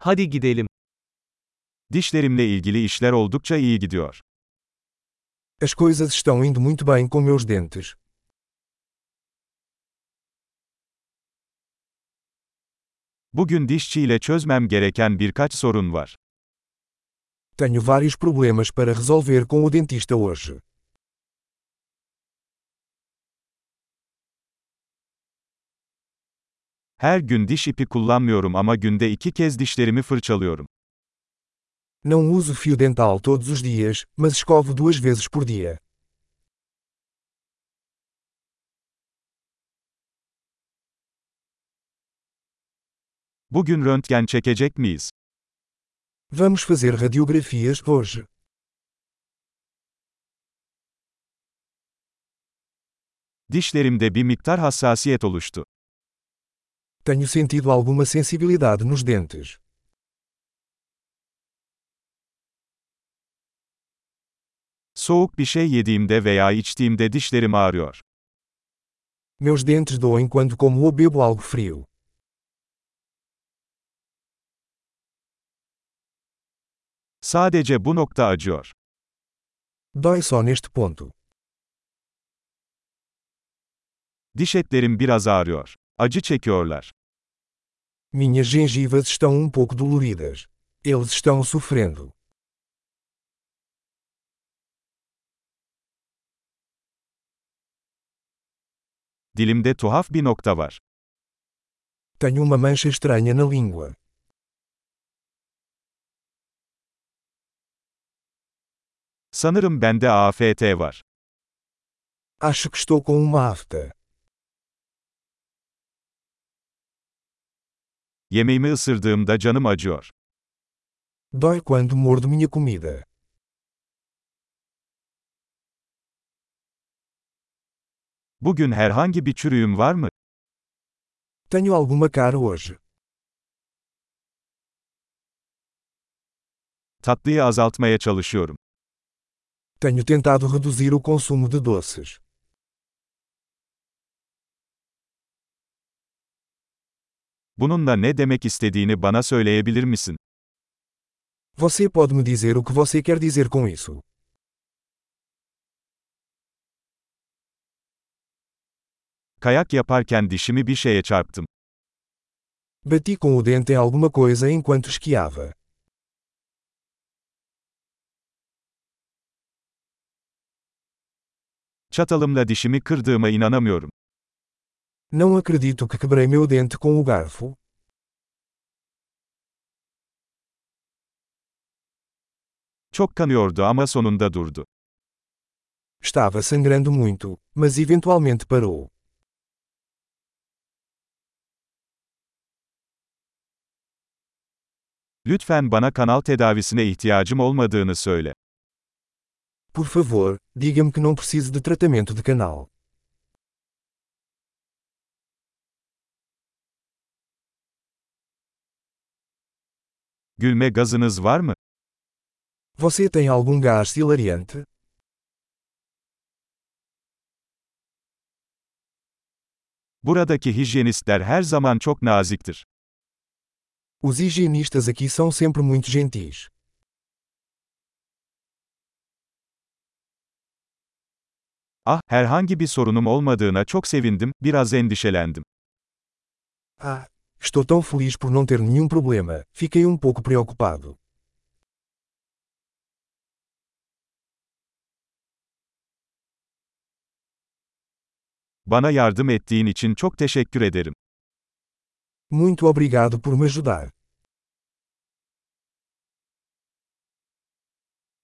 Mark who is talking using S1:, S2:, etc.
S1: Hadi gidelim.
S2: Dişlerimle ilgili işler oldukça iyi gidiyor.
S3: As coisas estão indo muito bem com meus dentes.
S2: Bugün dişçiyle çözmem gereken birkaç sorun var.
S3: Tenho vários problemas para resolver com o dentista hoje.
S2: Her gün diş ipi kullanmıyorum ama günde iki kez dişlerimi fırçalıyorum.
S3: Não uso fio dental todos os dias, mas escovo duas vezes por dia.
S2: Bugün röntgen çekecek miyiz?
S3: Vamos fazer radiografias hoje.
S2: Dişlerimde bir miktar hassasiyet oluştu.
S3: Tenho sentido alguma sensibilidade nos dentes.
S2: Soğuk bir şey yediğimde veya içtiğimde dişlerim ağrıyor.
S3: Meus dentes doem quando como ou bebo algo frio.
S2: Sadece bu nokta acıyor.
S3: Dói só neste ponto.
S2: Diş etlerim biraz ağrıyor. Acı çekiyorlar.
S3: Minhas gengivas estão um pouco doloridas. Eles estão sofrendo.
S2: Dilimde tuhaf bir nokta var.
S3: Tenho uma mancha estranha na língua.
S2: Sanırım bende AFT var.
S3: Acho que estou com uma afta.
S2: Yemeğimi ısırdığımda canım acıyor.
S3: Dói quando mordo minha comida.
S2: Bugün herhangi bir çürüğüm var mı?
S3: Tenho alguma cara hoje.
S2: Tatlıyı azaltmaya çalışıyorum.
S3: Tenho tentado reduzir o consumo de doces.
S2: Bununla ne demek istediğini bana söyleyebilir misin?
S3: Você pode me dizer o que você quer dizer com isso?
S2: Kayak yaparken dişimi bir şeye çarptım.
S3: Bati com o dente em alguma coisa enquanto esquiava.
S2: Çatalımla dişimi kırdığıma inanamıyorum.
S3: Não acredito que quebrei meu dente com o garfo.
S2: Çok kanıyordu ama sonunda durdu.
S3: Estava sangrando muito, mas eventualmente parou.
S2: Lütfen bana kanal tedavisine ihtiyacım olmadığını söyle.
S3: Por favor, diga-me que não preciso de tratamento de canal.
S2: Gülme gazınız var mı?
S3: Você tem algum gás hilariante?
S2: Buradaki hijyenistler her zaman çok naziktir.
S3: Os higienistas aqui são sempre muito gentis.
S2: Ah, herhangi bir sorunum olmadığına çok sevindim, biraz endişelendim.
S3: Ah, estou tão feliz por não ter nenhum problema, fiquei um pouco preocupado.
S2: Bana yardım ettiğin için çok teşekkür ederim.
S3: Muito obrigado por me ajudar.